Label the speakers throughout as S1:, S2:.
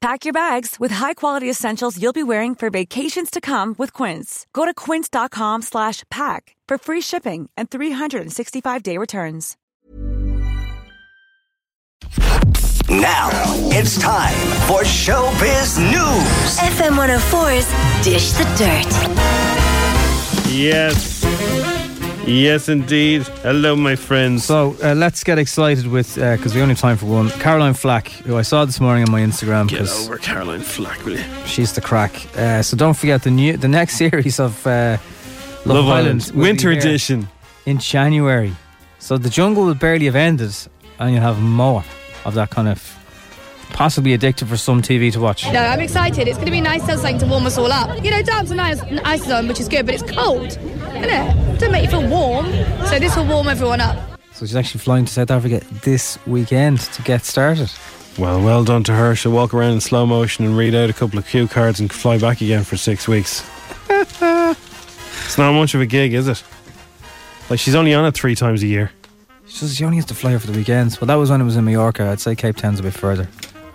S1: Pack your bags with high-quality essentials you'll be wearing for vacations to come with Quince. Go to quince.com slash pack for free shipping and 365-day returns.
S2: Now it's time for Showbiz News.
S3: FM 104's Dish the Dirt.
S4: Yes. Yes, indeed. Hello, my friends.
S5: So uh, let's get excited with because we only have time for one. Caroline Flack, who I saw this morning on my Instagram.
S4: Get
S5: 'cause
S4: over Caroline Flack, will you?
S5: She's the crack. Uh, so don't forget the new the next series of uh, Love,
S4: Love Island,
S5: will be
S4: Winter
S5: here
S4: Edition.
S5: in January. So the jungle will barely have ended, and you'll have more of that kind of possibly addictive for some TV to watch.
S6: No, I'm excited. It's going to be nice to have something to warm us all up. You know, Downton nice an ice zone, which is good, but it's cold, isn't it? Don't make you feel warm. So this will warm everyone up.
S5: So she's actually flying to South Africa this weekend to get started.
S4: Well, well done to her. She'll walk around in slow motion and read out a couple of cue cards and fly back again for six weeks. it's not much of a gig, is it? Like, she's only on it three times a year.
S5: She says she only has to fly over the weekends. Well, that was when it was in Mallorca. I'd say Cape Town's a bit further.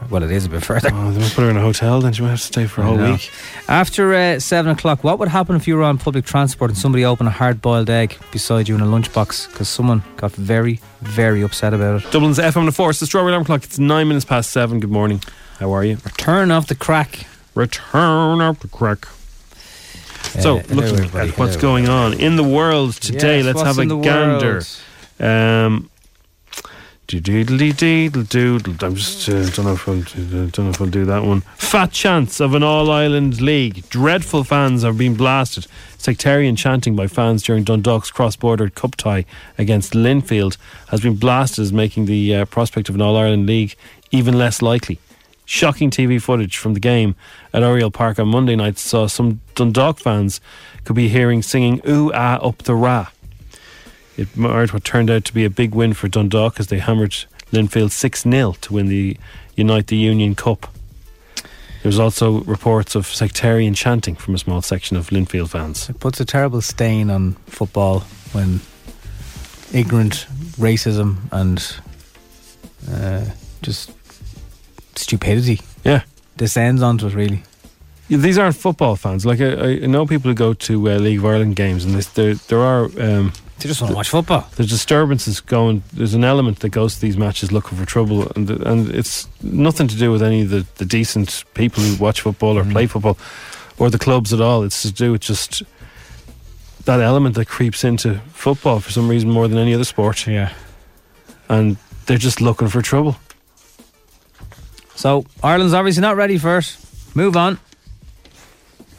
S5: Well, it is a bit further.
S4: Oh, they might put her in a hotel, then she might have to stay for a
S5: I
S4: whole
S5: know.
S4: week.
S5: After uh, seven o'clock, what would happen if you were on public transport and somebody opened a hard boiled egg beside you in a lunchbox? Because someone got very, very upset about it.
S4: Dublin's FM the Force, the strawberry alarm clock. It's nine minutes past seven. Good morning. How are you?
S5: Turn off the crack.
S4: Return up the crack. So,
S5: Uh, hello,
S4: looking
S5: everybody.
S4: at what's
S5: Hello.
S4: going on in the world today,
S5: Yes,
S4: let's
S5: what's
S4: have a
S5: in the
S4: gander.
S5: world?
S4: Um, doodly doodle doodle. I'm just uh, don't know if I'll do- don't know if I'll do that one. Fat chance of an all Ireland league. Dreadful fans are being blasted. Sectarian chanting by fans during Dundalk's cross-border cup tie against Linfield has been blasted as making the uh, prospect of an all Ireland league even less likely. Shocking TV footage from the game at Oriel Park on Monday night saw some Dundalk fans could be hearing singing "Ooh Ah Up the Ra." It marred what turned out to be a big win for Dundalk as they hammered Linfield 6 0 to win the Unite the Union Cup. There's also reports of sectarian chanting from a small section of Linfield fans.
S5: It puts a terrible stain on football when ignorant racism and uh, just stupidity
S4: Yeah.
S5: descends onto it, really.
S4: Yeah, These aren't football fans. Like, I, I know people who go to uh, League of Ireland games, and this, there, there are um,
S5: They just want to watch football.
S4: there's disturbances going. There's an element that goes to these matches looking for trouble, and th- and it's nothing to do with any of the, the decent people who watch football or
S5: Mm.
S4: play football, or the clubs at all. It's to do with just that element that creeps into football for some reason more than any other sport,
S5: Yeah.
S4: and they're just looking for trouble.
S5: So Ireland's obviously not ready for it. Move on.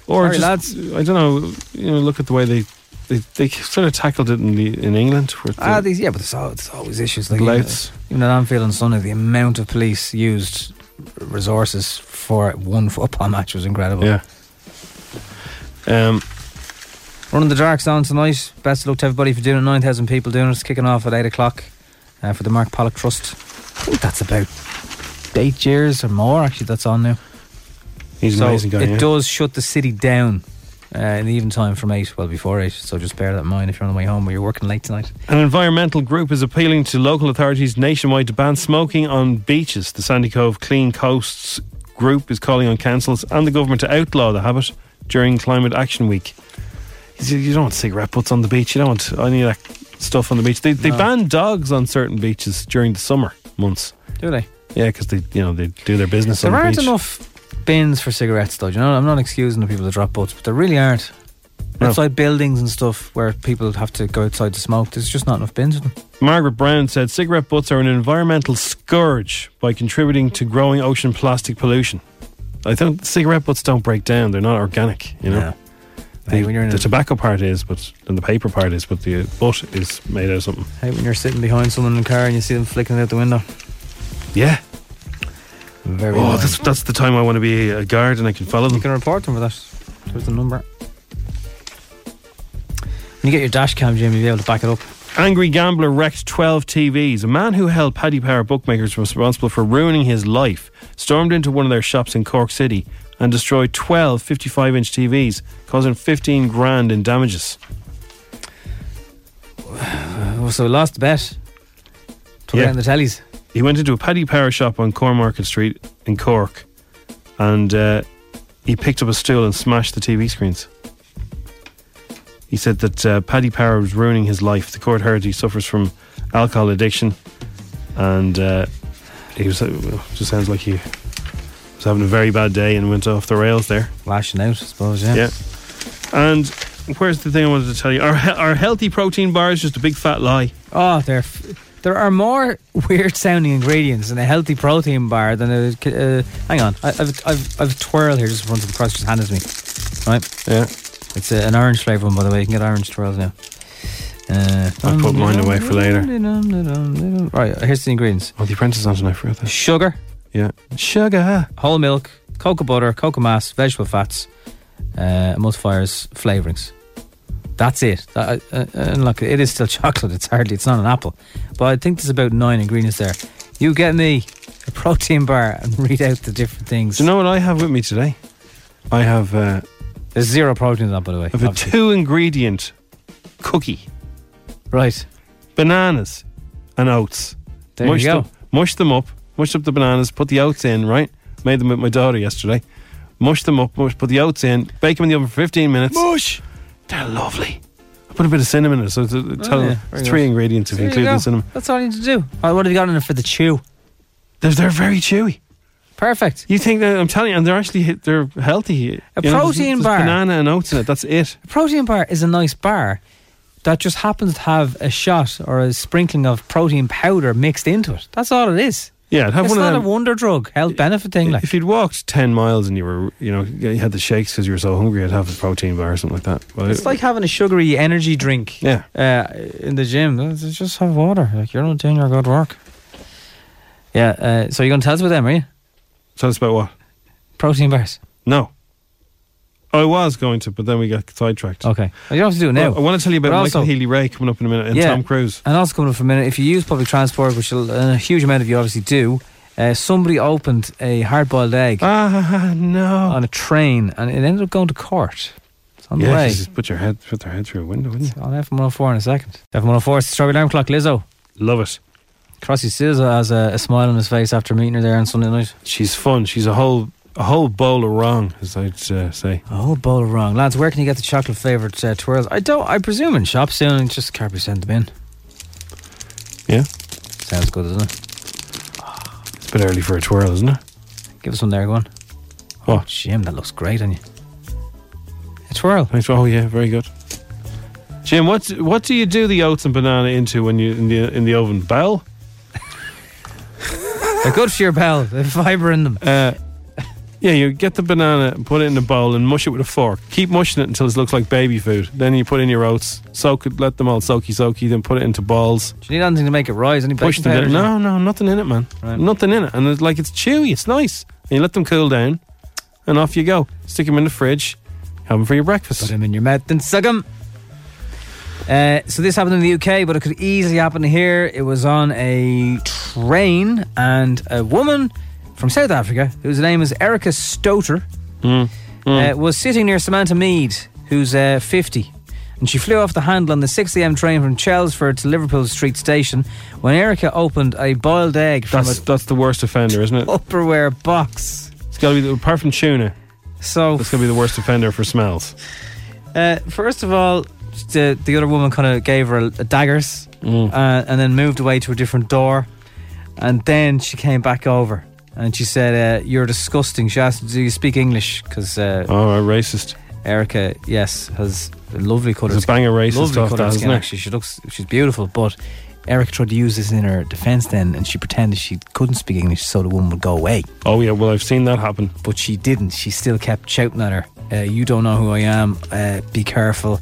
S4: Or
S5: Sorry,
S4: just,
S5: lads.
S4: I don't know. You know, look at the way they they, they sort of tackled it in the in England. With the,
S5: Ah, these yeah, but there's always, there's always issues. Like
S4: Louts.
S5: Even, even at Anfield on Sunday, the amount of police used resources for one football match was incredible.
S4: yeah. Um.
S5: Running the dark zone tonight. Best of luck to everybody for doing it. Nine thousand people doing it. It's kicking off at eight o'clock uh, for the Mark Pollock Trust. I think that's about eight years or more. Actually, that's on now.
S4: He's an
S5: so
S4: amazing guy.
S5: it
S4: yeah.
S5: does shut the city down. Uh, in the even time from 8, well before 8, so just bear that in mind if you're on the way home or you're working late tonight.
S4: An environmental group is appealing to local authorities nationwide to ban smoking on beaches. The Sandy Cove Clean Coasts group is calling on councils and the government to outlaw the habit during Climate Action Week. You see, You don't want cigarette butts on the beach. You don't want any of that stuff on the beach. They, they ban dogs on certain beaches during the summer months.
S5: Do they?
S4: Yeah, because they you know they do their business
S5: There
S4: on the
S5: aren't
S4: beach.
S5: enough bins for cigarettes, though. do You know, I'm not excusing the people that drop butts, but there really aren't.
S4: No.
S5: outside buildings and stuff where people have to go outside to smoke. There's just not enough bins for them.
S4: Margaret Brown said cigarette butts are an environmental scourge by contributing to growing ocean plastic pollution. I think cigarette butts don't break down; they're not organic. You know,
S5: Hey, when you're in
S4: the
S5: a,
S4: tobacco part is, but and the paper part is, but the butt is made out of something.
S5: hey, when you're sitting behind someone in the car and you see them flicking it out the window.
S4: Yeah.
S5: Very.
S4: Oh,
S5: annoying.
S4: that's that's the time I want to be a guard and I can follow
S5: You
S4: them.
S5: can report them for that. There's the number. When you get your dash cam, Jim, you'll be able to back it up.
S4: Angry gambler wrecked 12 TVs. A man who held Paddy Power bookmakers responsible for ruining his life stormed into one of their shops in Cork City and destroyed 12 55 inch TVs, causing 15 grand in damages.
S5: Oh, so we lost the bet. Took
S4: Yeah.
S5: it out in the tellies.
S4: He went into a Paddy Power shop on Cormarket Street in Cork and uh, he picked up a stool and smashed the TV screens. He said that uh, Paddy Power was ruining his life. The court heard he suffers from alcohol addiction and uh, he was, uh, just sounds like he was having a very bad day and went off the rails there.
S5: Lashing out, I suppose, yeah.
S4: Yeah. And where's the thing I wanted to tell you? Our, he- our healthy protein bar is just a big fat lie.
S5: Oh, there, f- there are more weird sounding ingredients in a healthy protein bar than a. c- Uh, hang on, I, I've, I've, I've a twirl here just in front of the cross, just handed to me. Right?
S4: Yeah.
S5: It's a, an orange flavour one, by the way. You can get orange twirls now. Uh,
S4: I'll put mine away for later.
S5: Right, here's the ingredients
S4: Oh, the apprentice is on tonight for that.
S5: sugar,
S4: Yeah. Sugar.
S5: whole milk, cocoa butter, cocoa mass, vegetable fats, uh, emulsifiers, flavorings. That's it. That, uh, uh, and look, it is still chocolate. It's hardly. It's not an apple, but I think there's about nine ingredients there. You get me a protein bar and read out the different things.
S4: Do you know what I have with me today? I have, uh,
S5: there's zero protein in that, by the way.
S4: I have a
S5: obviously.
S4: two ingredient cookie,
S5: right
S4: bananas and oats.
S5: there
S4: mushed
S5: you go.
S4: Them, mushed them up, mushed up the bananas, put the oats in, right? Made them with my daughter yesterday. Mushed them up, mushed, put the oats in, bake them in the oven for 15 minutes. Mush! They're lovely. I put a bit of cinnamon in it, so it's, it's
S5: Oh, yeah. Very
S4: three
S5: nice.
S4: ingredients if you
S5: There
S4: include
S5: you go.
S4: the cinnamon.
S5: That's all you need to do. All right, what have you got in it for the chew?
S4: They're, they're very chewy.
S5: Perfect.
S4: You think that I'm telling you, and they're actually they're healthy.
S5: A
S4: You know, there's-
S5: protein
S4: there's
S5: bar.
S4: banana and oats in it. That's it.
S5: A protein bar is a nice bar that just happens to have a shot or a sprinkling of protein powder mixed into it. That's all it is.
S4: Yeah, I'd have
S5: it's
S4: one of
S5: not
S4: them.
S5: a wonder drug health benefit thing. Like
S4: If you'd walked 10 miles and you were, you know, you had the shakes because you were so hungry, I'd have a protein bar or something like that. But
S5: it's like having a sugary energy drink.
S4: Yeah.
S5: Uh, in the gym, Uh, just have water. Like you're not doing your good work. Yeah. Uh, so you're going to tell us about them, are you?
S4: Tell us about what?
S5: Protein bars.
S4: No. I was going to, but then we got sidetracked.
S5: Okay. Well, you don't have to do it now.
S4: Well, I want to tell you about
S5: But
S4: Michael
S5: Oh, also-
S4: Healy Ray coming up in a minute and
S5: Yeah.
S4: Tom Cruise.
S5: And also coming up for a minute, if you use public transport, which a- a huge amount of you obviously do, uh, somebody opened a hard-boiled egg.
S4: Ah, no.
S5: on a train and it ended up going to court. It's on the
S4: Yeah,
S5: way.
S4: just put, your head, put their head through a window, wouldn't you?
S5: On F104 in a second. F104, it's the Strawberry Alarm Clock, Lizzo.
S4: Love it.
S5: Crossy Souza has a, a smile on his face after meeting her there on Sunday night.
S4: She's fun. She's a whole a whole bowl of wrong, as I'd uh, say.
S5: A whole bowl of Oh, wrong. Lads, where can you get the chocolate flavoured uh, twirls? I don't, I presume in shops soon, just can't be sent them in.
S4: Yeah?
S5: Sounds good, doesn't it?
S4: It's a bit early for a twirl, isn't it?
S5: Give us one there, go on.
S4: Oh,
S5: Jim, that looks great on you. A twirl.
S4: Thanks. Oh yeah, very good. Jim, what what do you do the oats and banana into when you in the in the oven? Bell?
S5: They're good for your bowel. They have fibre in them.
S4: Uh, yeah, you get the banana, and put it in a bowl, and mush it with a fork. Keep mushing it until it looks like baby food. Then you put in your oats, soak it, let them all soaky soaky. Then put it into balls,
S5: Do you need anything to make it rise? Any
S4: push
S5: baking
S4: them.
S5: powder?
S4: Down. No, no, nothing in it, man.
S5: Right.
S4: Nothing in it, and it's like it's chewy. It's nice. And you let them cool down, and off you go. Stick them in the fridge. Have them for your
S5: Put
S4: breakfast.
S5: them in your mouth and suck them. Uh, so this happened in the UK, but it could easily happen here. It was on a train, and a woman from South Africa, whose name is Erica Stoter,
S4: Hmm.
S5: Uh, was sitting near Samantha Mead, who's uh, 50. And she flew off the handle on the 6 a.m. train from Chelmsford to Liverpool Street Station when Erica opened a boiled egg from
S4: That's
S5: a
S4: that's the worst offender, isn't it?
S5: Tupperware box.
S4: It's got to be apart from tuna.
S5: So
S4: That's going to be the worst offender for smells.
S5: Uh, first of all, the, the other woman kind of gave her a, daggers
S4: Mm.
S5: uh, and then moved away to a different door. And then she came back over and she said, uh, You're disgusting. She asked, Do you speak English? Because uh,
S4: Oh, racist.
S5: Erica, yes, has lovely colours.
S4: It's a banger racist
S5: lovely
S4: stuff,
S5: coloured
S4: that,
S5: skin,
S4: isn't it?
S5: Actually, she looks, she's beautiful. But Erica tried to use this in her defence then, and she pretended she couldn't speak English, so the woman would go away.
S4: Oh yeah, well I've seen that happen.
S5: But she didn't. She still kept shouting at her, uh, "You don't know who I am. Uh, be careful."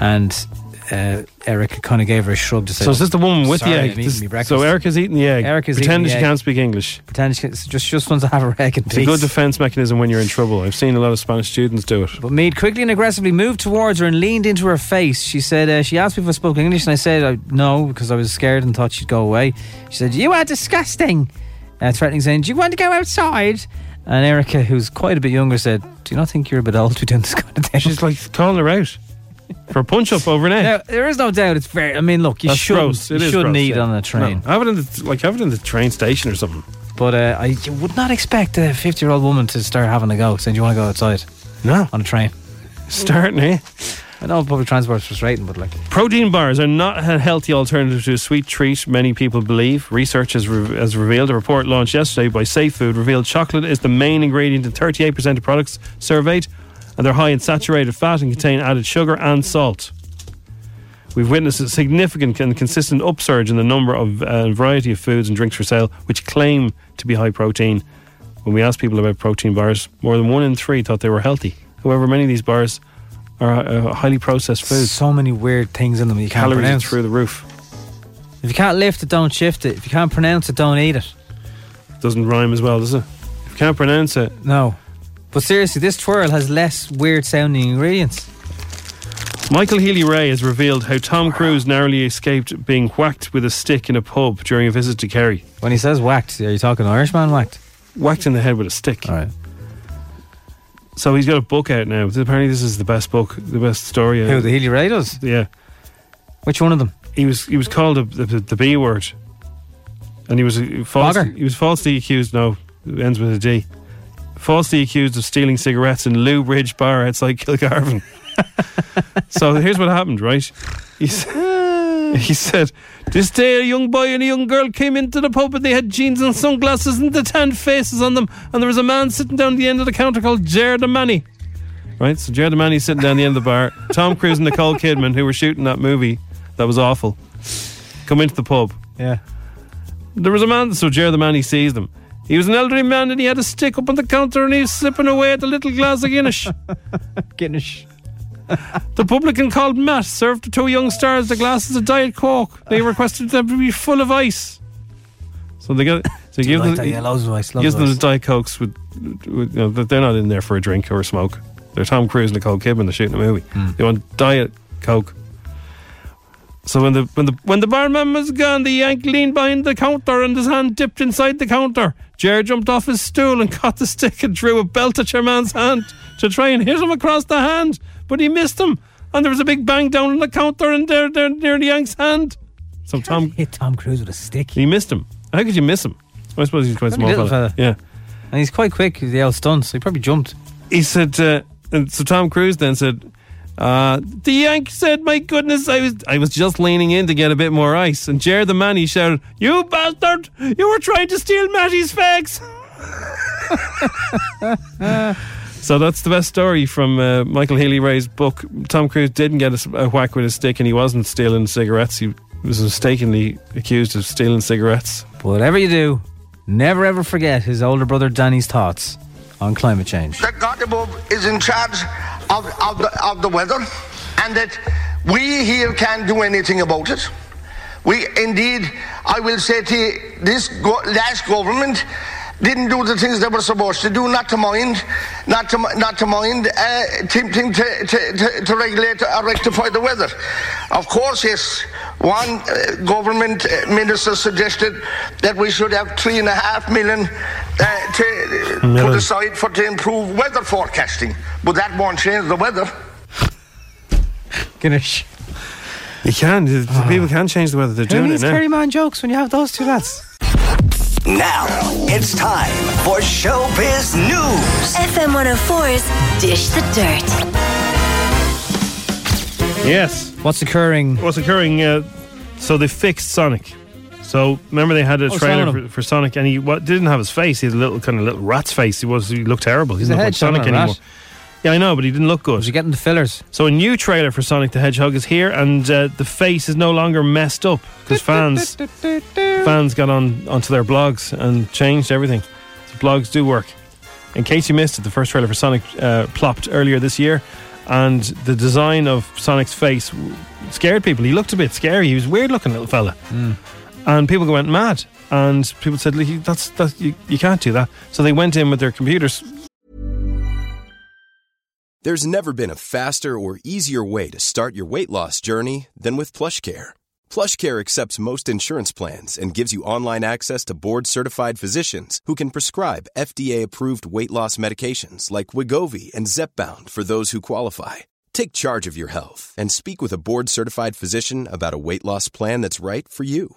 S5: And uh, Erica kind of gave her a shrug to say,
S4: So is this the woman with
S5: Sorry,
S4: the
S5: I'm
S4: egg?
S5: eating
S4: This-
S5: me breakfast.
S4: so Erica's eating the egg.
S5: Erica's
S4: pretending
S5: eating the
S4: she
S5: egg.
S4: can't speak English.
S5: pretend she just she just wants to have her egg in
S4: It's
S5: peace."
S4: a good defense mechanism when you're in trouble. I've seen a lot of Spanish students do it.
S5: But Mead quickly and aggressively moved towards her and leaned into her face. She said, uh, She asked me if I spoke English, and I said, uh, No, because I was scared and thought she'd go away. She said, You are disgusting. Uh, threatening, saying, Do you want to go outside? And Erica, who's quite a bit younger, said, Do you not think you're a bit old to be doing this kind of thing?
S4: She's like calling her out for a punch up over an egg.
S5: Now, there is no doubt it's very. I mean, look, you
S4: That's
S5: shouldn't,
S4: gross. It
S5: you
S4: is
S5: shouldn't
S4: gross,
S5: eat
S4: yeah.
S5: on a train.
S4: No, have it in the like have it in the train station or something.
S5: But uh, I you would not expect a 50 year old woman to start having a go saying, Do you want to go outside
S4: No,
S5: on a train?
S4: starting eh?
S5: I know public transport's frustrating, but like.
S4: Protein bars are not a healthy alternative to a sweet treat, many people believe. Research has, re- has revealed a report launched yesterday by Safe Food revealed chocolate is the main ingredient in 38% of products surveyed, and they're high in saturated fat and contain added sugar and salt. We've witnessed a significant and consistent upsurge in the number of uh, variety of foods and drinks for sale which claim to be high protein. When we asked people about protein bars, more than one in three thought they were healthy. However, many of these bars are uh, highly processed foods
S5: So many weird things in them that you can't
S4: calories
S5: pronounce.
S4: are through the roof.
S5: If you can't lift it, don't shift it. If you can't pronounce it, don't eat it.
S4: Doesn't rhyme as well, does it? If you can't pronounce it,
S5: No. But seriously, this twirl has less weird sounding ingredients.
S4: Michael Healy Ray has revealed how Tom Cruise narrowly escaped being whacked with a stick in a pub during a visit to Kerry.
S5: When he says whacked, are you talking Irishman whacked?
S4: Whacked in the head with a stick.
S5: Alright.
S4: So he's got a book out now. Apparently, this is the best book, the best story.
S5: Who, the Healy Ray does?
S4: yeah,
S5: Which one of them?
S4: he was he was called a, the, the B word, and he was uh, false,
S5: Bogger?
S4: he was falsely accused. No, it ends with a D. Falsely accused of stealing cigarettes in Lou Bridge Bar outside Kilgarvan. so here's what happened, right? He said, he said, This day a young boy and a young girl came into the pub and they had jeans and sunglasses and the tanned faces on them. And there was a man sitting down at the end of the counter called Jared Manny. Right? So Jared Manny's sitting down the end of the bar. Tom Cruise and Nicole Kidman, who were shooting that movie that was awful, come into the pub.
S5: Yeah.
S4: There was a man, so Jared the man, he sees them. He was an elderly man and he had a stick up on the counter and he was slipping away at the little glass of Guinness.
S5: Guinness.
S4: The publican called Matt served the two young stars the glasses of Diet Coke. They requested them to be full of ice. So they got. So he
S5: You
S4: gave
S5: like
S4: them,
S5: that? Yeah, loads of ice,
S4: he
S5: loads
S4: gives
S5: of
S4: them the
S5: ice.
S4: Diet Cokes with. with you know, they're not in there for a drink or a smoke. They're Tom Cruise and Nicole Kidman. They're shooting a movie.
S5: Hmm.
S4: They want Diet Coke. So when the when the when the barman was gone, the yank leaned behind the counter and his hand dipped inside the counter. Jer jumped off his stool and caught the stick and drew a belt at your man's hand to try and hit him across the hand, but he missed him, and there was a big bang down on the counter and there, there near the yank's hand. So Tom
S5: Hit Tom Cruise with a stick.
S4: he missed him. How could you miss him? I suppose he's quite
S5: Only
S4: small.
S5: little
S4: fella.
S5: fella.
S4: Yeah.
S5: And he's quite quick with the old stunts, so he probably jumped.
S4: he said, uh, and so Tom Cruise then said, uh, the Yank said, "My goodness, I was I was just leaning in to get a bit more ice." And Jared the man, he shouted, "You bastard! You were trying to steal Matty's fags!" so that's the best story from uh, Michael Healy Ray's book. Tom Cruise didn't get a, s- a whack with a stick, and he wasn't stealing cigarettes. He was mistakenly accused of stealing cigarettes.
S5: But whatever you do, never ever forget his older brother Danny's thoughts on climate change.
S7: that God above is in charge of, of, the, of the weather and that we here can't do anything about it. We indeed, I will say to you, this go- last government didn't do the things they were supposed to do, not to mind, not to, mi- not to mind, uh, to, to, to, to, to regulate or rectify the weather. Of course, yes, one uh, government uh, minister suggested that we should have three and a half million uh, to, put
S4: Million.
S7: aside side for to improve weather forecasting, but that won't change the weather.
S5: Guinness.
S4: You can. People Ah. can change the weather. They're
S5: Who needs Kerry Man jokes when you have those two lads?
S2: Now it's time for Showbiz News.
S3: FM 104's Dish the Dirt.
S4: Yes.
S5: What's occurring?
S4: what's occurring. Uh, so they fixed Sonic. So remember they had a
S5: Oh,
S4: trailer
S5: Sonic.
S4: for, for Sonic, and he what, didn't have his face. He had a little kind of little rat's face. He was he looked terrible. He
S5: He's a
S4: didn't look like
S5: hedgehog,
S4: Sonic
S5: not a rat.
S4: anymore. Yeah, I know, but he didn't look good.
S5: Was he getting the fillers?
S4: So a new trailer for Sonic the Hedgehog is here, and uh, the face is no longer messed up because fans fans got on onto their blogs and changed everything. The blogs do work. In case you missed it, the first trailer for Sonic uh, plopped earlier this year, and the design of Sonic's face scared people. He looked a bit scary. He was weird looking little fella,
S5: Mm.
S4: and people went mad. And people said, "Look, you- "That's that you, you can't do that." So they went in with their computers.
S8: There's never been a faster or easier way to start your weight loss journey than with PlushCare. PlushCare accepts most insurance plans and gives you online access to board-certified physicians who can prescribe FDA-approved weight loss medications like Wigovi and Zepbound for those who qualify. Take charge of your health and speak with a board-certified physician about a weight loss plan that's right for you.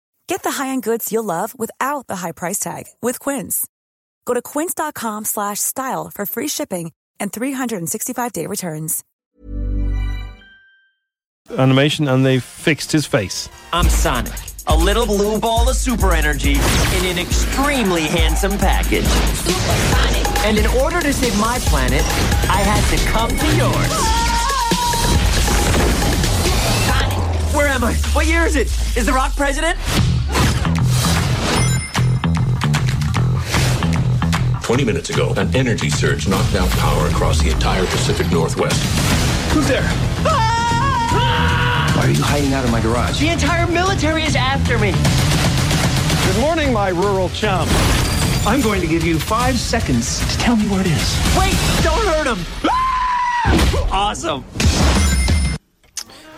S1: Get the high-end goods you'll love without the high price tag with Quince. Go to quince.com slash style for free shipping and 365-day returns.
S4: animation and they fixed his face.
S9: I'm Sonic, a little blue ball of super energy in an extremely handsome package. And in order to save my planet, I had to come to yours. Where am I? What year is it? Is The Rock president?
S10: 20 minutes ago, an energy surge knocked out power across the entire Pacific Northwest. Ah!
S9: Who's there?
S10: Why are you hiding out of my garage?
S9: The entire military is after me.
S11: Good morning, my rural chum. I'm going to give you five seconds to tell me where it is.
S9: Wait, don't hurt him. Awesome.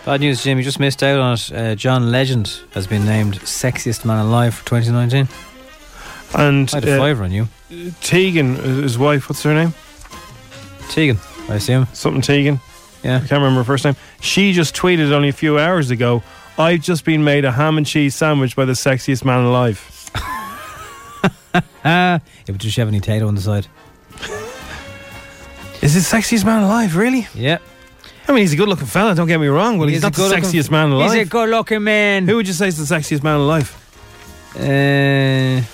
S5: Bad news, Jim. You just missed out on it. Uh, John Legend has been named sexiest man alive for 2019.
S4: And
S5: I had a
S4: uh,
S5: fiver on you.
S4: Tegan, uh, his wife, what's her name?
S5: Tegan, I assume.
S4: Something Tegan.
S5: Yeah. I
S4: can't remember her first name. She just tweeted only a few hours ago I've just been made a ham and cheese sandwich by the sexiest man alive.
S5: Ah, it would just have any tato on the side.
S4: Is it sexiest man alive, really?
S5: Yeah.
S4: I mean, he's a good looking fella, don't get me wrong, but
S5: He
S4: he's
S5: is a
S4: not the
S5: good-looking-
S4: sexiest man alive.
S5: He's a good looking man.
S4: Who would you say is the sexiest man alive?
S5: Uh,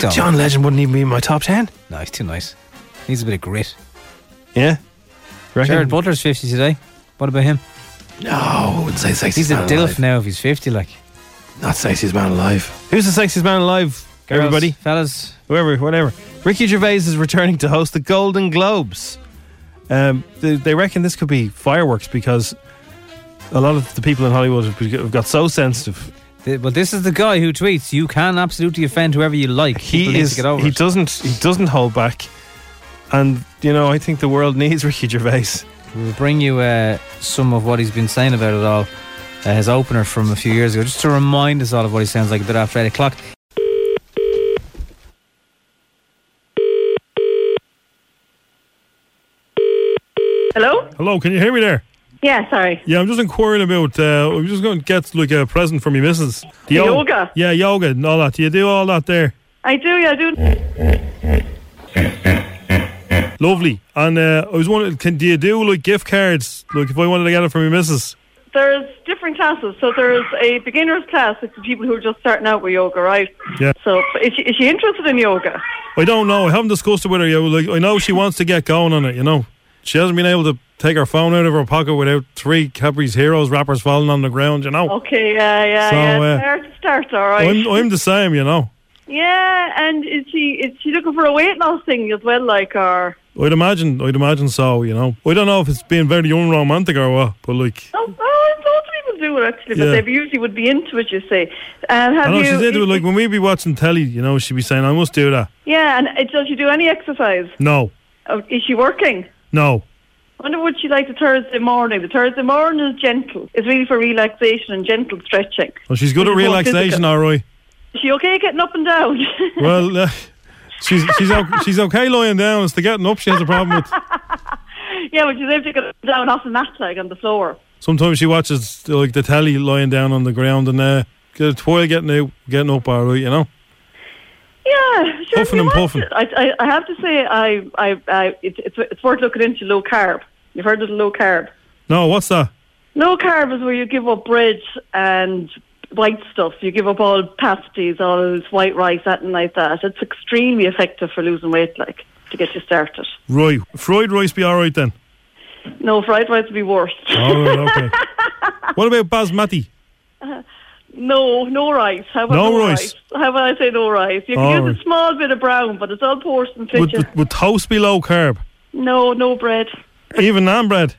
S5: don't-
S4: John Legend wouldn't even be in my top 10.
S5: No, he's too nice. Needs a bit of grit.
S4: Yeah. Reckon?
S5: Jared Butler's 50 today. What about him?
S4: No, I wouldn't say sexiest
S5: He's a
S4: man
S5: dilf
S4: alive.
S5: now if he's 50, like.
S4: Not sexiest man alive. Who's the sexiest man alive,
S5: Girls,
S4: everybody?
S5: Fellas.
S4: Whoever, whatever. Ricky Gervais is returning to host the Golden Globes. Um, they, they reckon this could be fireworks because a lot of the people in Hollywood have, have got so sensitive.
S5: Th- Well, this is the guy who tweets, you can absolutely offend whoever you like. People
S4: He
S5: need
S4: is.
S5: to get over
S4: He
S5: it."
S4: doesn't. He doesn't hold back. And you know, I think the world needs Ricky Gervais.
S5: We'll bring you uh, some of what he's been saying about it all, uh, his opener from a few years ago, just to remind us all of what he sounds like a bit after 8 o'clock.
S12: Hello?
S13: Hello, can you hear me there?
S12: Yeah, sorry.
S13: Yeah, I'm just inquiring about. Uh, I'm just going to get like a present from your missus.
S12: The yoga?
S13: Yeah, yoga and all that. Do you do all that there?
S12: I do, yeah, I do.
S13: Lovely. And uh, I was wondering, can do you do like gift cards? Like if I wanted to get it from your missus?
S12: There's different classes. So there's a beginner's class, which is people who are just starting out with yoga, right?
S13: Yeah.
S12: So but is she, is she interested in yoga?
S13: I don't know. I haven't discussed it with her yet. Like I know she wants to get going on it. You know, she hasn't been able to take her phone out of her pocket without three Cadbury's Heroes wrappers falling on the ground. You know.
S12: Okay, yeah, yeah,
S13: So,
S12: yeah.
S13: uh,
S12: start, start, all right.
S13: I'm, I'm the same, you know.
S12: Yeah, and is she is she looking for a weight loss thing as well, like or?
S13: I'd imagine, I'd imagine so. You know, I don't know if it's being very unromantic or what, but like,
S12: Oh, oh lots of people do it actually, but
S13: Yeah.
S12: they usually would be into it. You say, and have
S13: I know
S12: you?
S13: she's into it. Like when we be watching telly, you know, she'd be saying, "I must do that."
S12: yeah, and uh, does she do any exercise?
S13: No,
S12: Oh, Is she working?
S13: no.
S12: wonder would she like the Thursday morning. The Thursday morning is gentle. It's really for relaxation and gentle stretching.
S13: Well, she's good
S12: This
S13: at
S12: is more
S13: relaxation,
S12: physical.
S13: all right.
S12: Is she okay getting up and down?
S13: Well, uh, she's she's o- she's okay lying down. It's the getting up she has a problem with.
S12: yeah, but she's able to get up and down off the mat, like on the floor.
S13: Sometimes she watches like the telly lying down on the ground and uh, get a while getting out, getting up, all right. You know,
S12: Yeah, sure.
S13: Puffing and puffing.
S12: I, I, I have to say, I, I, I it, it's, it's worth looking into low carb. You've heard of the low carb.
S13: No, what's that?
S12: Low carb is where you give up bread and white stuff. You give up all pasties, all white rice, that and like that. It's extremely effective for losing weight, like to get you started.
S13: Right, fried rice be all right then.
S12: No, fried rice would be worse.
S13: All right, okay. what about basmati?
S12: No, no rice. How about
S13: No
S12: no,
S13: rice.
S12: rice? How about I say no rice? You can
S13: All
S12: use
S13: right.
S12: a small bit of brown, but it's all portion
S13: Would,
S12: picture.
S13: would toast be low carb?
S12: No, no bread.
S13: Even naan bread?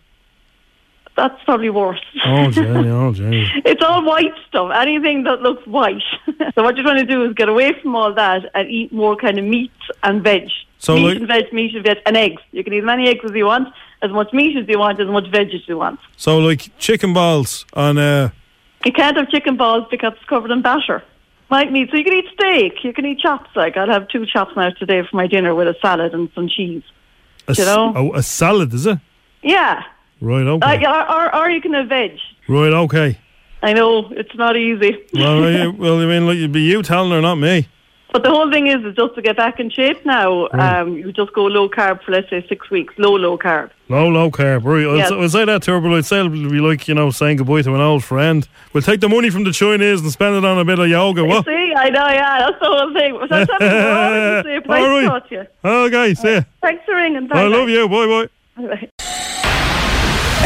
S12: That's probably worse.
S13: Oh, Jenny, oh, Jenny.
S12: It's all white stuff. Anything that looks white. so what you're trying to do is get away from all that and eat more kind of meat and veg.
S13: So
S12: meat
S13: like-
S12: and veg, meat and veg, and eggs. You can eat as many eggs as you want, as much meat as you want, as much veg as you want.
S13: So like chicken balls and uh,
S12: You can't have chicken balls because it's covered in batter. Might meat. So you can eat steak. You can eat chops. Like I'll have two chops now today for my dinner with a salad and some cheese.
S13: a,
S12: You know?
S13: s- oh, a- a salad, is it?
S12: Yeah.
S13: Right, okay.
S12: Like, or, or, or you can have veg.
S13: right, okay.
S12: I know it's not easy.
S13: Well, I, uh, well, I mean, like, it'd be you telling her, not me.
S12: But the whole thing is, is just to get back in shape now. Um, you just go low carb for let's say six weeks, low low carb.
S13: Low, low carb. Right. I'll,
S12: Yeah.
S13: s- I'll say that to her, but I'd say it'll be like, you know, saying goodbye to an old friend. We'll take the money from the Chinese and spend it on a bit of yoga. What?
S12: See, I know, yeah, that's the whole thing. So that's happening. We're all in shape. Nice
S13: All
S12: to
S13: right.
S12: talk to you.
S13: Okay, see ya.
S12: Thanks for ringing.
S13: I love you. Bye, bye.
S12: Bye.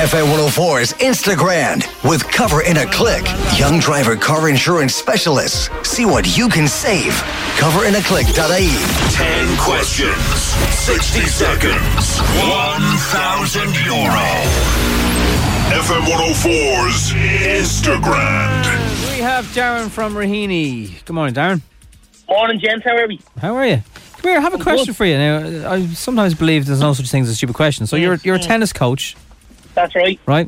S2: FA 104's Instagram with cover in a click. Young driver car insurance specialists. See what you can save. Coverinaclick.ie.
S14: 10 questions, 60 seconds, 1,000 euro. FM 104's Instagram.
S5: We have Darren from Rahini. Good morning, Darren.
S15: Morning, gents. How are we?
S5: How are you? Come here, I have a
S15: I'm
S5: question
S15: good.
S5: for you. Now, uh, I sometimes believe there's no such thing as a stupid question. So you're you're a tennis coach,
S15: Mm-hmm. That's right.
S5: right?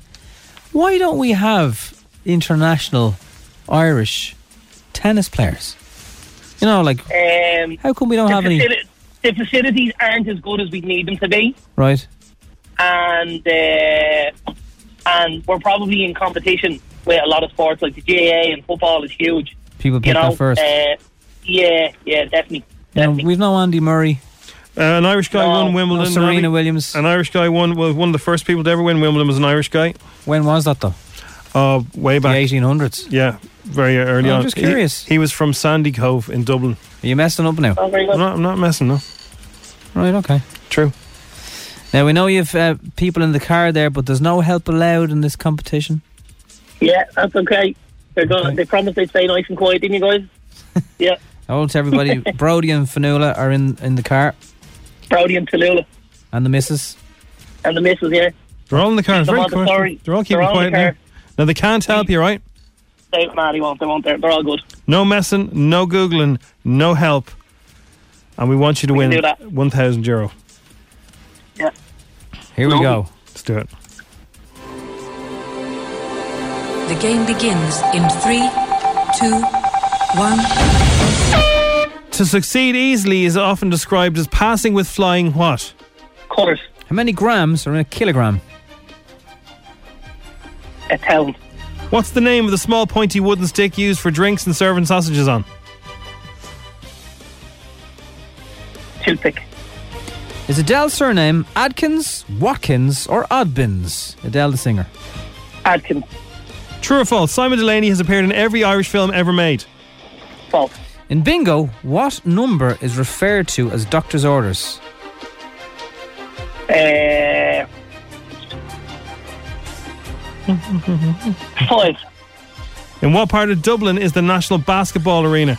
S5: Why don't we have international Irish tennis players? You know, like
S15: Um,
S5: how come we don't
S15: the
S5: have any?
S15: facili- The facilities aren't as good as we need them to be,
S5: Right.
S15: and uh, and we're probably in competition with a lot of sports like the GAA and football is huge.
S5: People
S15: you
S5: pick
S15: know,
S5: that first.
S15: Uh, yeah, yeah, definitely.
S5: You know, we've no Andy Murray.
S13: Uh, an Irish
S12: Oh,
S13: guy won Wimbledon.
S5: Serena
S13: Williams. An Irish guy won. Well, one of the first people to ever win Wimbledon was an Irish guy.
S5: When was that though?
S13: Uh, way back.
S5: eighteen hundreds.
S13: Yeah, very early
S5: I'm
S13: on.
S5: just
S13: He-
S5: curious.
S13: He, was from Sandy Cove in Dublin.
S5: Are you messing up now?
S15: Oh, very
S13: I'm not, I'm not messing no.
S5: Right. Okay.
S13: True.
S5: Now we know you've uh, people in the car there, but there's no help allowed in this competition.
S15: Yeah, that's okay. They're going. They promised they'd stay nice and quiet, didn't you guys? yeah,
S5: Oh, to everybody, Brody and Fanula are in in the car,
S15: Brody and Tallulah
S5: and the missus.
S15: and the missus. Yeah,
S13: They're all in the car. It's
S15: Come
S13: very
S15: on,
S13: quiet.
S15: sorry.
S13: They're all keeping
S15: They're all
S13: quiet
S15: in the
S13: now.
S15: car.
S13: Now they can't help you, right?
S15: they, nah, they won't. They won't. They're, they're all good.
S13: No messing, no googling, no help, and we want you to
S15: We can do
S13: win
S15: that.
S13: one thousand euro.
S15: Yeah.
S5: Here we go.
S13: Let's do it.
S3: The game begins in three, two, one.
S13: To succeed easily is often described as passing with flying what?
S15: Colours.
S5: How many grams are in a kilogram?
S15: A town.
S13: What's the name of the small pointy wooden stick used for drinks and serving sausages on?
S15: Toothpick.
S5: Is Adele's surname Adkins, Watkins, or Odbins? Adele the singer.
S15: Adkins.
S13: True or false? Simon Delaney has appeared in every Irish film ever made.
S15: False.
S5: In bingo, what number is referred to as doctor's orders?
S15: Uh, five.
S13: In what part of Dublin is the National Basketball Arena?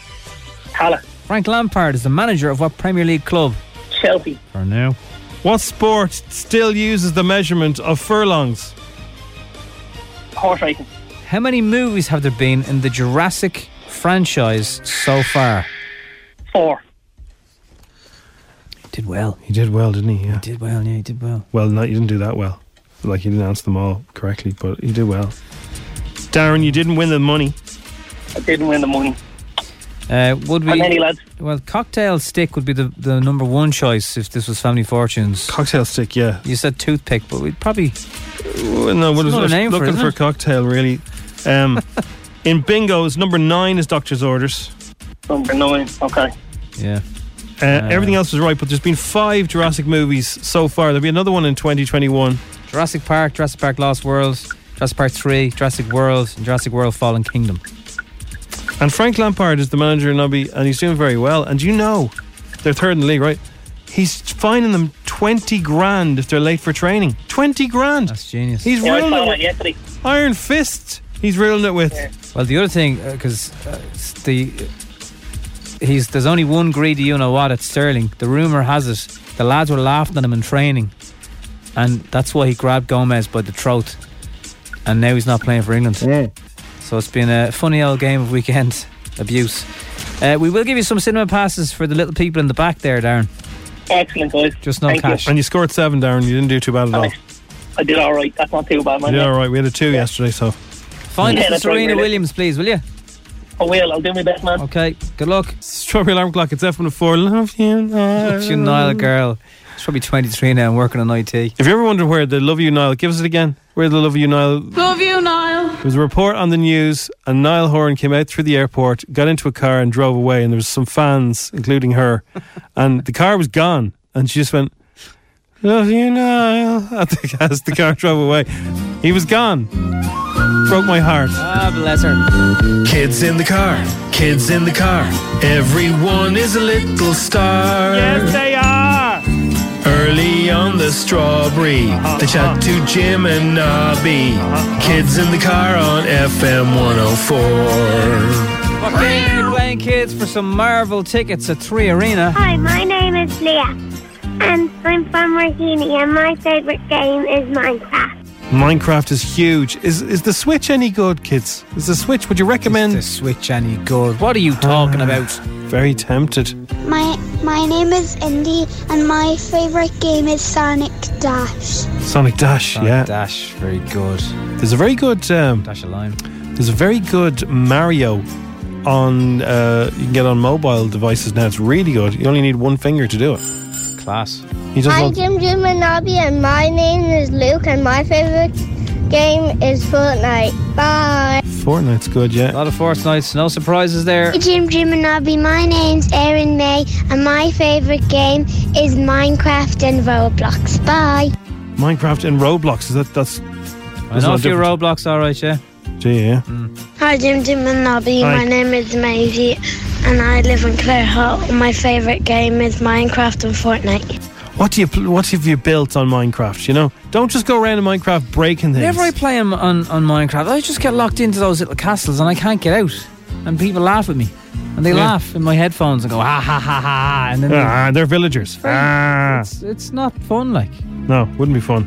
S15: Tala.
S5: Frank Lampard is the manager of what Premier League club?
S15: Chelsea.
S5: For now.
S4: What sport still uses the measurement of furlongs?
S15: Horse racing.
S5: How many movies have there been in the Jurassic franchise so far?
S15: Four.
S5: Did well.
S4: He did well, didn't he? Yeah.
S5: Did well, yeah, he did well.
S4: Well, no, you didn't do that well. Like, you didn't answer them all correctly, but you did well. Darren, you didn't win the money.
S15: I didn't win the money.
S5: Uh, would we?
S15: How many lads?
S5: Well, cocktail stick would be the, the number one choice if this was Family Fortunes.
S4: Cocktail stick, yeah.
S5: You said toothpick, but we'd probably.
S4: Well, no, what is,
S5: not a name
S4: looking
S5: for, it,
S4: for a
S5: isn't
S4: cocktail, really. Um, in bingos, number nine is doctor's orders.
S15: Number nine. Okay.
S5: Yeah.
S4: Uh, everything else was right, but there's been five Jurassic movies so far. There'll be another one in 2021.
S5: it? Jurassic Park, Jurassic Park Lost World, Jurassic Park 3, Jurassic World, and Jurassic World Fallen Kingdom.
S4: And Frank Lampard is the manager in Nobby, and he's doing very well. And you know, they're third in the league, right? He's fining them 20 grand if they're late for training. 20 grand. That's
S5: genius.
S4: He's
S15: yeah, I
S4: ruling
S15: saw
S4: it
S15: that
S4: with
S15: yesterday.
S4: Iron Fist. He's ruling it with.
S5: Well, the other thing, because uh, s- the he's there's only one greedy, you know what, at Sterling. The rumor has it the lads were laughing at him in training, and that's why he grabbed Gomez by the throat, and now he's not playing for England. So it's been a funny old game of weekend abuse. Uh, we will give you some cinema passes for the little people in the back there, Darren.
S15: Excellent, guys.
S5: Just no
S15: Thank
S5: cash.
S4: And you scored seven, Darren. You didn't do too bad at all.
S15: I did all right. That's not too bad, man.
S4: Yeah, all right. We had a two yesterday, so.
S5: Find
S15: Yeah,
S5: us the
S15: that's right,
S5: Serena
S15: really.
S5: Williams, please, will you?
S15: I will. I'll do my best, man.
S5: Okay. Good luck.
S4: Strawberry alarm clock. It's F104. Love you, Niall.
S5: It's your Nile girl. She's probably 23 now and working on IT.
S4: If you ever wondered where the Love You Nile, give us it again. Where the Love You Nile
S12: Love you, Niall.
S4: There was a report on the news, and Niall Horan came out through the airport, got into a car, and drove away. And there was some fans, including her, and the car was gone. And she just went, "Love you, Niall," at the- as the car drove away. He was gone. Broke my heart.
S5: Ah, bless her.
S16: Kids in the car, kids in the car. Everyone is a little star.
S4: Yes, they are. Uh-huh.
S16: Early on the strawberry, they chat to Jim and Nobby. Kids in the car on FM 104.
S5: What game are you playing, kids, for some Marvel tickets at Three Arena?
S17: Hi, my name is Leah, and I'm from Rohini, and my favourite game is Minecraft.
S4: Minecraft is huge. Is is the Switch any good, kids? Is the Switch? Would you recommend
S5: the Switch any good? What are you
S4: Uh,
S5: talking about?
S4: Very tempted.
S18: My my name is Indy, and my favorite game is Sonic Dash.
S4: Sonic Dash. yeah.
S5: Dash. Very good.
S4: There's a very good um,
S5: Dash a line.
S4: There's a very good Mario on uh, you can get on mobile devices now. It's really good. You only need one finger to do it.
S5: Class.
S4: He does
S17: Hi,
S4: look-
S17: Jim Jim and Nobby, and my name is Luke, and my favourite game is Fortnite. Bye.
S4: Fortnite's good, yeah.
S5: A lot of Fortnites, no surprises there.
S17: Hi, Jim Jim and Nobby, my name's Erin May, and my favourite game is Minecraft and Roblox. Bye.
S4: Minecraft and Roblox is that that's.
S5: I know a few Roblox, alright, yeah.
S4: Gee, yeah.
S5: Mm.
S17: Hi, Jim Jim and Nobby.
S4: Hi.
S17: My name is Maisie, and I live in Clare Hall. My favourite game is Minecraft and Fortnite.
S4: What do you pl- what have you built on Minecraft? You know, don't just go around in Minecraft breaking things.
S5: Whenever I play 'em on, on Minecraft, I just get locked into those little castles and I can't get out. And people laugh at me. And they
S4: Yeah.
S5: laugh in my headphones and go, ha ha ha ha. ha," And then they-
S4: ah, they're villagers. Ah,
S5: it's, it's not fun, like.
S4: no, wouldn't be fun.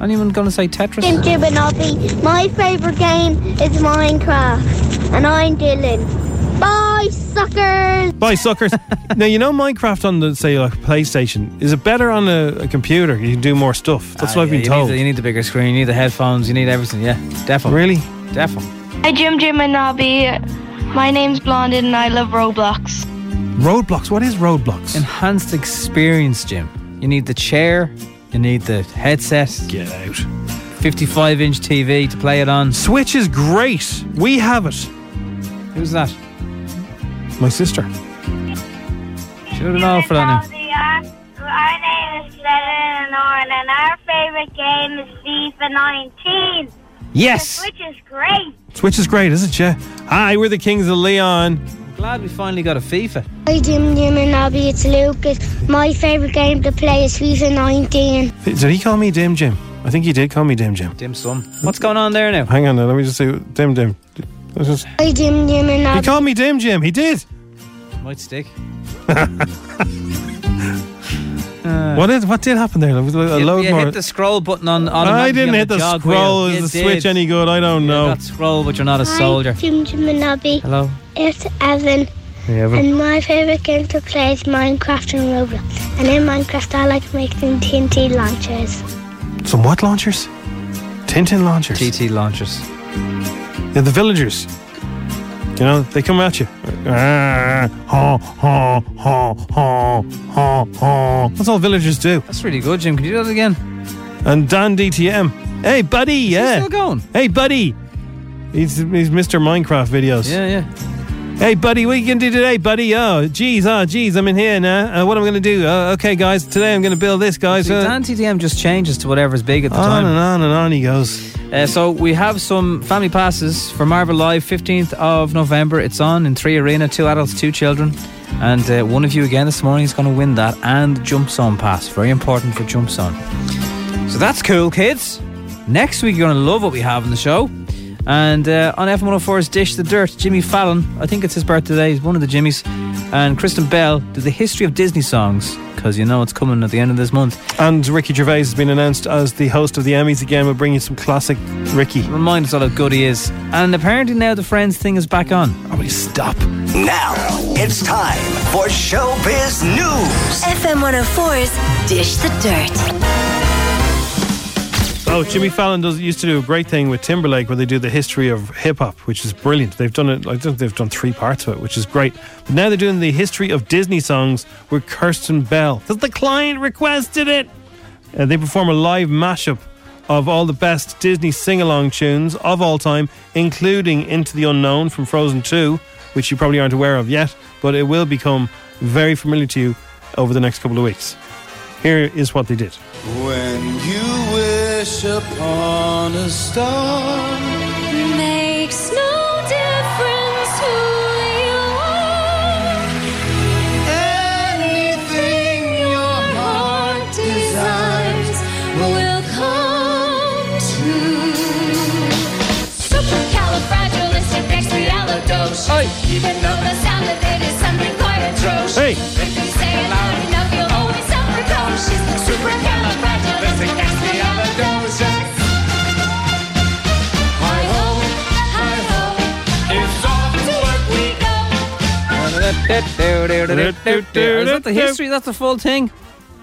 S5: Anyone gonna say Tetris?
S17: Jim Jim and Nobby. My favourite game is Minecraft, and I'm Dylan. Bye, suckers.
S4: Bye, suckers. now you know Minecraft on the say like PlayStation is it better on a, a computer? You can do more stuff. That's
S5: Ah,
S4: what I've
S5: yeah,
S4: been
S5: you
S4: told.
S5: Need the, you need the bigger screen, you need the headphones, you need everything, yeah. Definitely.
S4: Really?
S5: Definitely.
S19: Hi, Jim Jim and Nobby. My name's Blondin and I love Roblox.
S4: Roadblocks. What is roadblocks?
S5: Enhanced experience, Jim. You need the chair. You need the headset.
S4: Get out.
S5: 55 inch TV to play it on.
S4: Switch is great. We have it.
S5: Who's that?
S4: My sister.
S5: Should have known for that now.
S17: Our Oh, name is Lennon and Orin, and our favourite game is FIFA 19.
S4: Yes.
S17: Which is great.
S4: Switch is great, isn't it? Yeah. Hi, we're the Kings of Leon.
S5: Glad we finally got a FIFA.
S17: Hi, Jim Jim and Nobby, it's Lucas. My favourite game to play is FIFA 19.
S4: Did he call me Dim Jim? I think he did call me Dim Jim.
S5: Dim Sum. What's going on there now?
S4: Hang on, now, let me just say Dim Dim. Let's just-
S17: Hi, Jim Jim and
S4: He
S17: Nobby.
S4: Uh, called me Dim Jim. He did.
S5: Might stick.
S4: what did what did happen there? There was a
S5: you,
S4: load
S5: you
S4: more.
S5: hit the scroll button on. on
S4: I
S5: on
S4: didn't
S5: on
S4: hit the
S5: jog
S4: scroll. Is
S5: wheel. You
S4: the switch
S5: did.
S4: any good? I don't
S5: You
S4: know.
S5: got scroll, but you're not a soldier.
S17: Hi, Jim Jiminabi.
S5: Hello.
S17: It's Evan. And my favorite game to play is Minecraft and Roblox. And in Minecraft, I like making TNT launchers.
S4: Some what launchers? Tintin launchers.
S5: TT launchers.
S4: Yeah, the villagers. You know, they come at you. Ah, ha, ha, ha, ha, ha, ha. That's all villagers do.
S5: That's really good, Jim. Can you do that again?
S4: And Dan DTM. Hey, buddy. yeah.
S5: still going?
S4: Hey, buddy. He's, he's Mr. Minecraft videos.
S5: Yeah, yeah.
S4: Hey, buddy, what you going to do today, buddy? Oh, geez, oh, geez, I'm in here now. Uh, what am I going to do? Uh, okay, guys, today I'm going to build this, guys.
S5: See,
S4: Uh,
S5: Dan TDM just changes to whatever's big at the
S4: on
S5: time.
S4: and on and on he goes.
S5: Uh, so we have some family passes for Marvel Live, 15th of November. It's on in three arena, two adults, two children, and uh, one of you again this morning is going to win that and the jump zone pass. Very important for jump zone. So that's cool, kids. Next week you're going to love what we have in the show. And uh, on F104's Dish the Dirt, Jimmy Fallon, I think it's his birthday today, he's one of the Jimmys, and Kristen Bell do the history of Disney songs, because you know it's coming at the end of this month.
S4: And Ricky Gervais has been announced as the host of the Emmys again. We'll bring you some classic Ricky.
S5: Remind us all how good he is. And apparently now the Friends thing is back on.
S4: Oh, will stop?
S20: Now it's time for Showbiz News.
S3: FM 104's Dish the Dirt.
S4: Oh, Jimmy Fallon does used to do a great thing with Timberlake where they do the history of hip hop, which is brilliant. They've done it. I think they've done three parts of it, which is great. But now they're doing the history of Disney songs with Kirsten Bell. Because the client requested it. Uh, they perform a live mashup of all the best Disney sing-along tunes of all time, including Into the Unknown from Frozen 2, which you probably aren't aware of yet, but it will become very familiar to you over the next couple of weeks. Here is what they did.
S21: When you wish upon a star,
S22: Makes no difference who you are. Anything your heart desires will come to. Supercalifragilisticexpialidocious. Even though the sound of it is something quite atrocious.
S4: Hey.
S22: If you say it loud enough, you'll always sound precocious. Supercalifragilisticexpialidocious. Hi-ho, hi-ho, it's off to work we go.
S5: Is that the history? That's the full thing?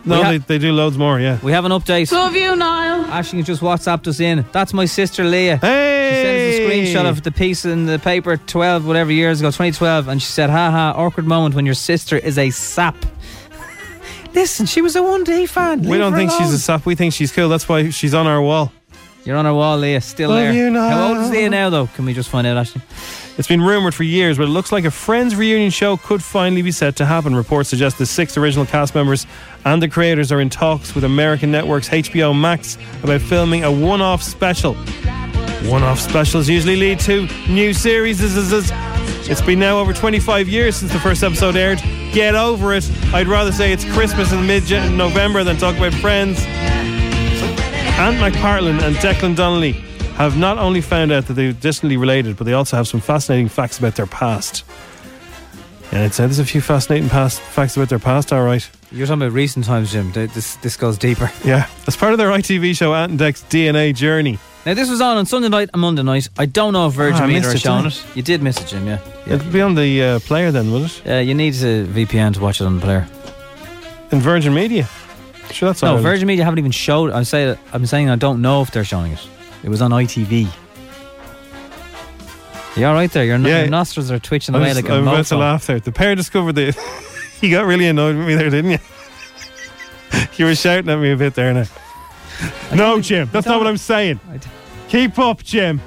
S4: No,
S5: We ha-
S4: they, they do loads more, yeah.
S5: We have an update.
S23: Love you, Niall.
S5: Ashley has just WhatsApped us in. That's my sister Leah.
S4: Hey!
S5: She sent us a screenshot of the piece in the paper 12, whatever years ago, 2012, and she said, haha, awkward moment when your sister is a sap. Listen, she was a 1D fan.
S4: We
S5: Leave
S4: don't
S5: her
S4: think she's
S5: alone.
S4: a sap. We think she's cool. That's why she's on our wall.
S5: You're on her wall, Leah. Still
S4: Love
S5: there.
S4: you, Niall.
S5: How old is Leah now, though? Can we just find out, Ashley?
S4: It's been rumored for years, but it looks like a Friends reunion show could finally be set to happen. Reports suggest the six original cast members and the creators are in talks with American networks HBO Max about filming a one off special. One off specials usually lead to new series. It's been now over 25 years since the first episode aired. Get over it. I'd rather say it's Christmas in mid November than talk about Friends. Ant McPartlin and Declan Donnelly have not only found out that they're distantly related, but they also have some fascinating facts about their past. And it said there's a few fascinating past facts about their past, all right.
S5: You're talking about recent times, Jim. Th- This, this goes deeper.
S4: Yeah. As part of their ITV show, Ant and Dec's DNA journey.
S5: Now, this was on on Sunday night and Monday night. I don't know if Virgin
S4: Ah, I
S5: Media
S4: missed
S5: are
S4: it,
S5: showing
S4: didn't
S5: it. You did miss it, Jim, yeah.
S4: It'll be on the uh, player then, will it?
S5: Uh, you need a VPN to watch it on the player.
S4: In Virgin Media. Sure, that's all.
S5: No,
S4: right.
S5: Virgin Media haven't even showed. I'm saying I'm saying I don't know if they're showing it. It was on ITV. You all right there? Your, no-
S4: Yeah.
S5: your nostrils are twitching
S4: I
S5: away
S4: was-
S5: like a
S4: I'm about to
S5: mofo.
S4: laugh there. The pair discovered the. you got really annoyed with me there, didn't you? you were shouting at me a bit there now. No, Jim, that's not what I'm saying. Keep up, Jim.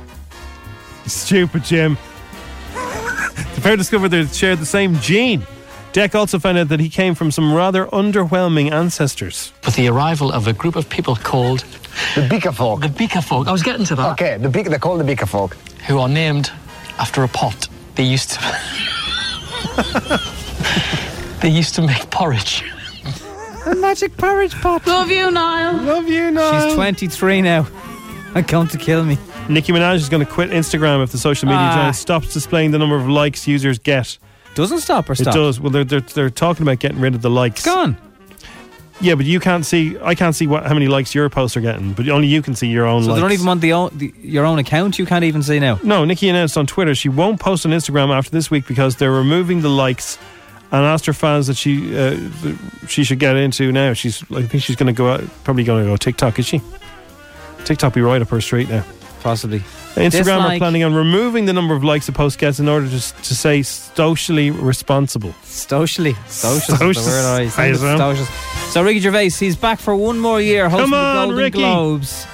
S4: You Stupid Jim. the pair discovered they shared the same gene. Deck also found out that he came from some rather underwhelming ancestors.
S24: with the arrival of a group of people called the Beaker Folk. The Beaker Folk. I was getting to that. Okay, the Beaker. They're called the Beaker Folk, who are named after a pot they used to. they used to make porridge.
S23: A magic porridge pot. Love you, Niall.
S4: Love you,
S5: She's 23 now. And going to kill me.
S4: Nicki Minaj is going to quit Instagram if the social media
S5: Ah.
S4: giant stops displaying the number of likes users get.
S5: doesn't stop or
S4: It
S5: stop.
S4: does. Well, they're, they're they're talking about getting rid of the likes. It's
S5: gone.
S4: Yeah, but you can't see. I can't see what how many likes your posts are getting, but only you can see your own
S5: So
S4: likes.
S5: they don't even want the, own, the your own account. You can't even see now.
S4: No, Nikki announced on Twitter she won't post on Instagram after this week because they're removing the likes and asked her fans that she uh, th- she should get into now. She's I think she's going to go out, probably going to go TikTok, is she? TikTok be right up her street now.
S5: Possibly.
S4: Instagram are
S5: Dislike.
S4: planning on removing the number of likes a post gets in order to, s- to say socially responsible.
S5: Socially. Socials. is the word I always think.
S4: Socials.
S5: Socials. So Ricky Gervais, he's back for one more year hosting
S4: Come
S5: the
S4: on,
S5: Golden
S4: Ricky.
S5: Globes.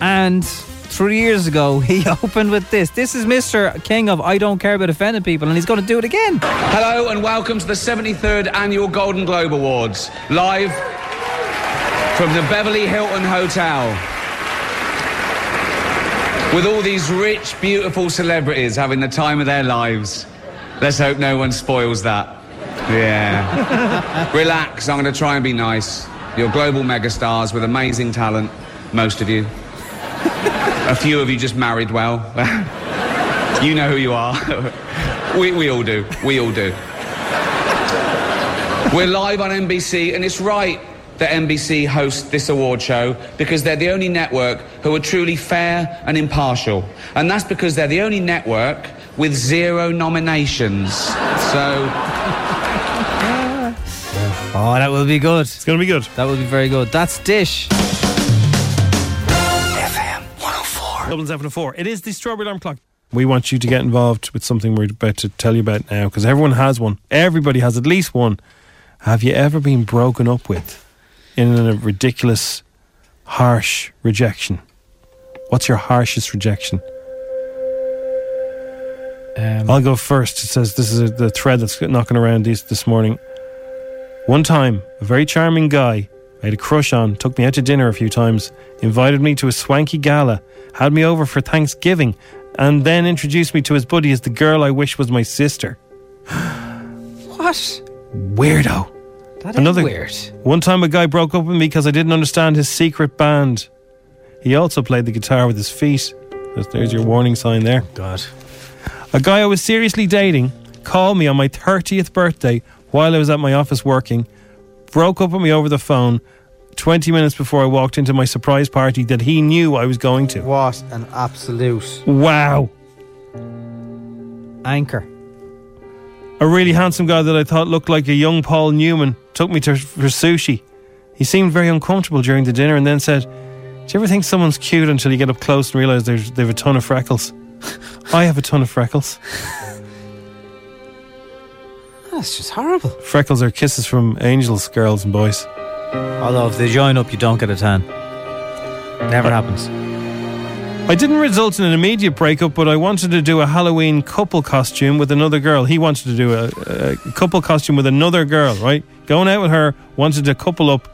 S5: And three years ago, he opened with this. This is Mr. King of I Don't Care About Offending People, and he's going to do it again.
S6: Hello and welcome to the 73rd Annual Golden Globe Awards, live from the Beverly Hilton Hotel. With all these rich, beautiful celebrities having the time of their lives. Let's hope no one spoils that. Yeah. Relax, I'm going to try and be nice. You're global megastars with amazing talent, most of you. A few of you just married well. you know who you are. we, we all do. We all do. We're live on NBC, and it's right that NBC hosts this award show because they're the only network who are truly fair and impartial. And that's because they're the only network with zero nominations. So.
S5: Oh, that will be good. It's
S4: going to be good.
S5: That will be very good. That's Dish.
S4: Dublin 704. It is the Strawberry Alarm Clock. We want you to get involved with something we're about to tell you about now because everyone has one. Everybody has at least one. Have you ever been broken up with in a ridiculous, harsh rejection? What's your harshest rejection? I'll go first. It says this is a, the thread that's knocking around these, this morning. One time, a very charming guy I had a crush on took me out to dinner a few times, invited me to a swanky gala, had me over for Thanksgiving, and then introduced me to his buddy as the girl I wish was my sister.
S5: What?
S4: Weirdo.
S5: That is
S4: Another
S5: weird.
S4: One time, a guy broke up with me because I didn't understand his secret band. He also played the guitar with his feet. There's- There's your warning sign there.
S5: God.
S4: A guy I was seriously dating called me on my 30th birthday while I was at my office working, broke up with me over the phone 20 minutes before I walked into my surprise party that he knew I was going to.
S5: What an absolute.
S4: Wow.
S5: Anchor.
S4: A really handsome guy that I thought looked like a young Paul Newman took me to for sushi. He seemed very uncomfortable during the dinner and then said, Do you ever think someone's cute until you get up close and realize they've a ton of freckles? I have a ton of freckles.
S5: That's just horrible.
S4: Freckles are kisses from angels, girls and boys.
S5: Although if they join up, you don't get a tan. Never happens.
S4: I didn't result in an immediate breakup, but I wanted to do a Halloween couple costume with another girl. He wanted to do a, a couple costume with another girl, right? Going out with her, wanted to couple up,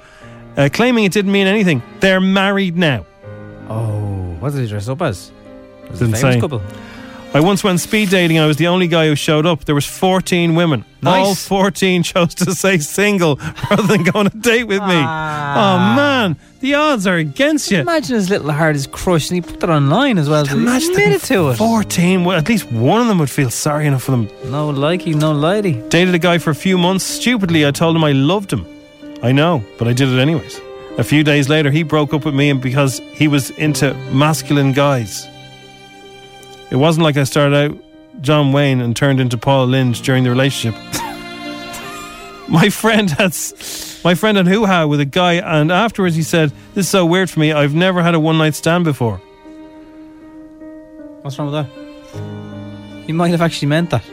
S4: uh, claiming it didn't mean anything. They're married now.
S5: Oh, what did he dress up as? Was it a
S4: Didn't
S5: famous
S4: say.
S5: couple.
S4: I once went speed dating. I was the only guy who showed up. There was 14 women. All 14 chose to say single rather than go on a date with me. Oh man, the odds are against you.
S5: Ah. Imagine his little heart is crushed, and he put that online as well.
S4: Imagine
S5: he admitted to it.
S4: 14. Well, at least one of them would feel sorry enough for them.
S5: No likey, no lady.
S4: Dated a guy for a few months. Stupidly, I told him I loved him. I know, but I did it anyways. A few days later, he broke up with me and because he was into masculine guys. It wasn't like I started out John Wayne and turned into Paul Lynch during the relationship. my friend had s- my friend had hoo-ha with a guy and afterwards he said, This is so weird for me. I've never had a one-night stand before.
S5: What's wrong with that? He might have actually meant that.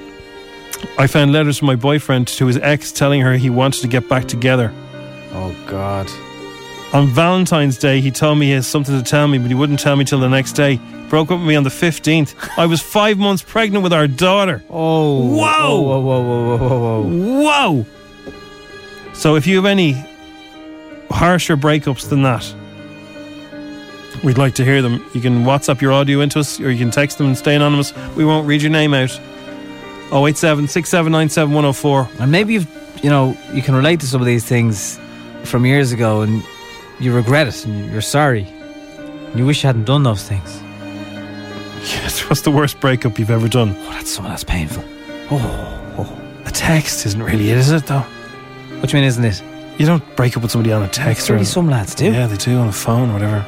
S4: I found letters from my boyfriend to his ex telling her he wanted to get back together.
S5: Oh God.
S4: On Valentine's Day, he told me he has something to tell me, but he wouldn't tell me till the next day. Broke up with me on the 15th. I was five months pregnant with our daughter.
S5: Oh.
S4: Whoa!
S5: Whoa! Whoa! Whoa! Whoa! Whoa! Whoa!
S4: Whoa! So if you have any harsher breakups than that, we'd like to hear them. You can WhatsApp your audio into us or you can text them and stay anonymous. We won't read your name out. Oh, 087 679 7104.
S5: And maybe you've, you know, you can relate to some of these things from years ago, and you regret it, and you're sorry. And you wish you hadn't done those things.
S4: Yes, what's the worst breakup you've ever done?
S5: Oh, that's so that's painful. Oh,
S4: A text isn't really it, is it though?
S5: What do you mean, isn't it?
S4: You don't break up with somebody on a text
S5: Really,
S4: or
S5: some lads do.
S4: Yeah, they do on a phone, or whatever.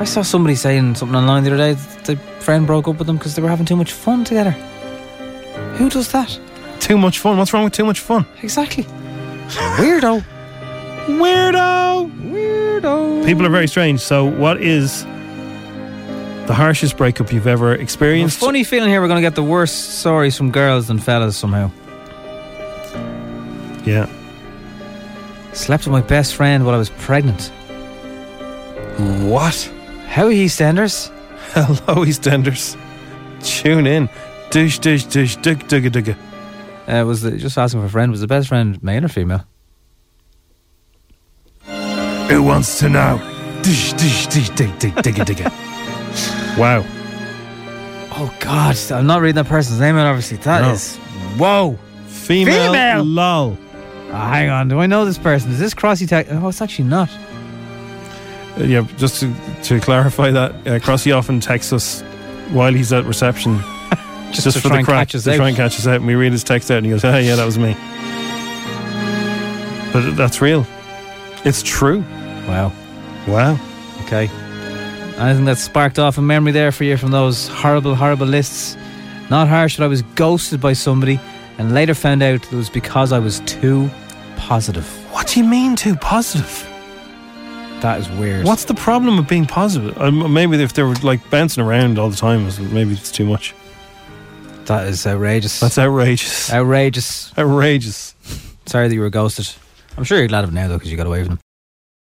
S5: I saw somebody saying something online the other day that their friend broke up with them because they were having too much fun together. Who does that?
S4: Too much fun. What's wrong with too much fun?
S5: Exactly. Weirdo.
S4: Weirdo.
S5: Weirdo.
S4: People are very strange. So, what is the harshest breakup you've ever
S5: Well,
S4: experienced?
S5: funny feeling here we're going to get the worst stories from girls than fellas somehow.
S4: Yeah.
S5: Slept with my best friend while I was pregnant.
S4: What?
S5: How EastEnders?
S4: Hello, EastEnders. Tune in. Dish, dish, dish, dig, digga, digga.
S5: Uh, was the, just asking for a friend. Was the best friend male or female?
S4: Who wants to know? Dish, dish, dish, dig, dig, digga, digga. wow.
S5: Oh God, I'm not reading that person's name. out, Obviously, that
S4: No.
S5: is whoa.
S4: Female,
S5: Female.
S4: lol.
S5: Ah, hang on, do I know this person? Is this Crossy Tech? Oh, it's actually not.
S4: Uh, yeah, just to, to clarify that, uh, Crossy often texts us while he's at reception.
S5: Just to try and catch us
S4: to
S5: out.
S4: try and catch us out. And we read his text out and he goes, hey, yeah, that was me. But that's real. It's true.
S5: Wow.
S4: Wow.
S5: Okay. Anything that sparked off a memory there for you from those horrible, horrible lists? Not harsh, but I was ghosted by somebody and later found out it was because I was too positive.
S4: What do you mean too positive?
S5: That is weird.
S4: What's the problem with being positive? Um, maybe if they were like bouncing around all the time, it's- maybe it's too much.
S5: That is outrageous.
S4: That's outrageous.
S5: outrageous.
S4: Outrageous.
S5: Sorry that you were ghosted. I'm sure you're glad of it now, though, because you got away with them.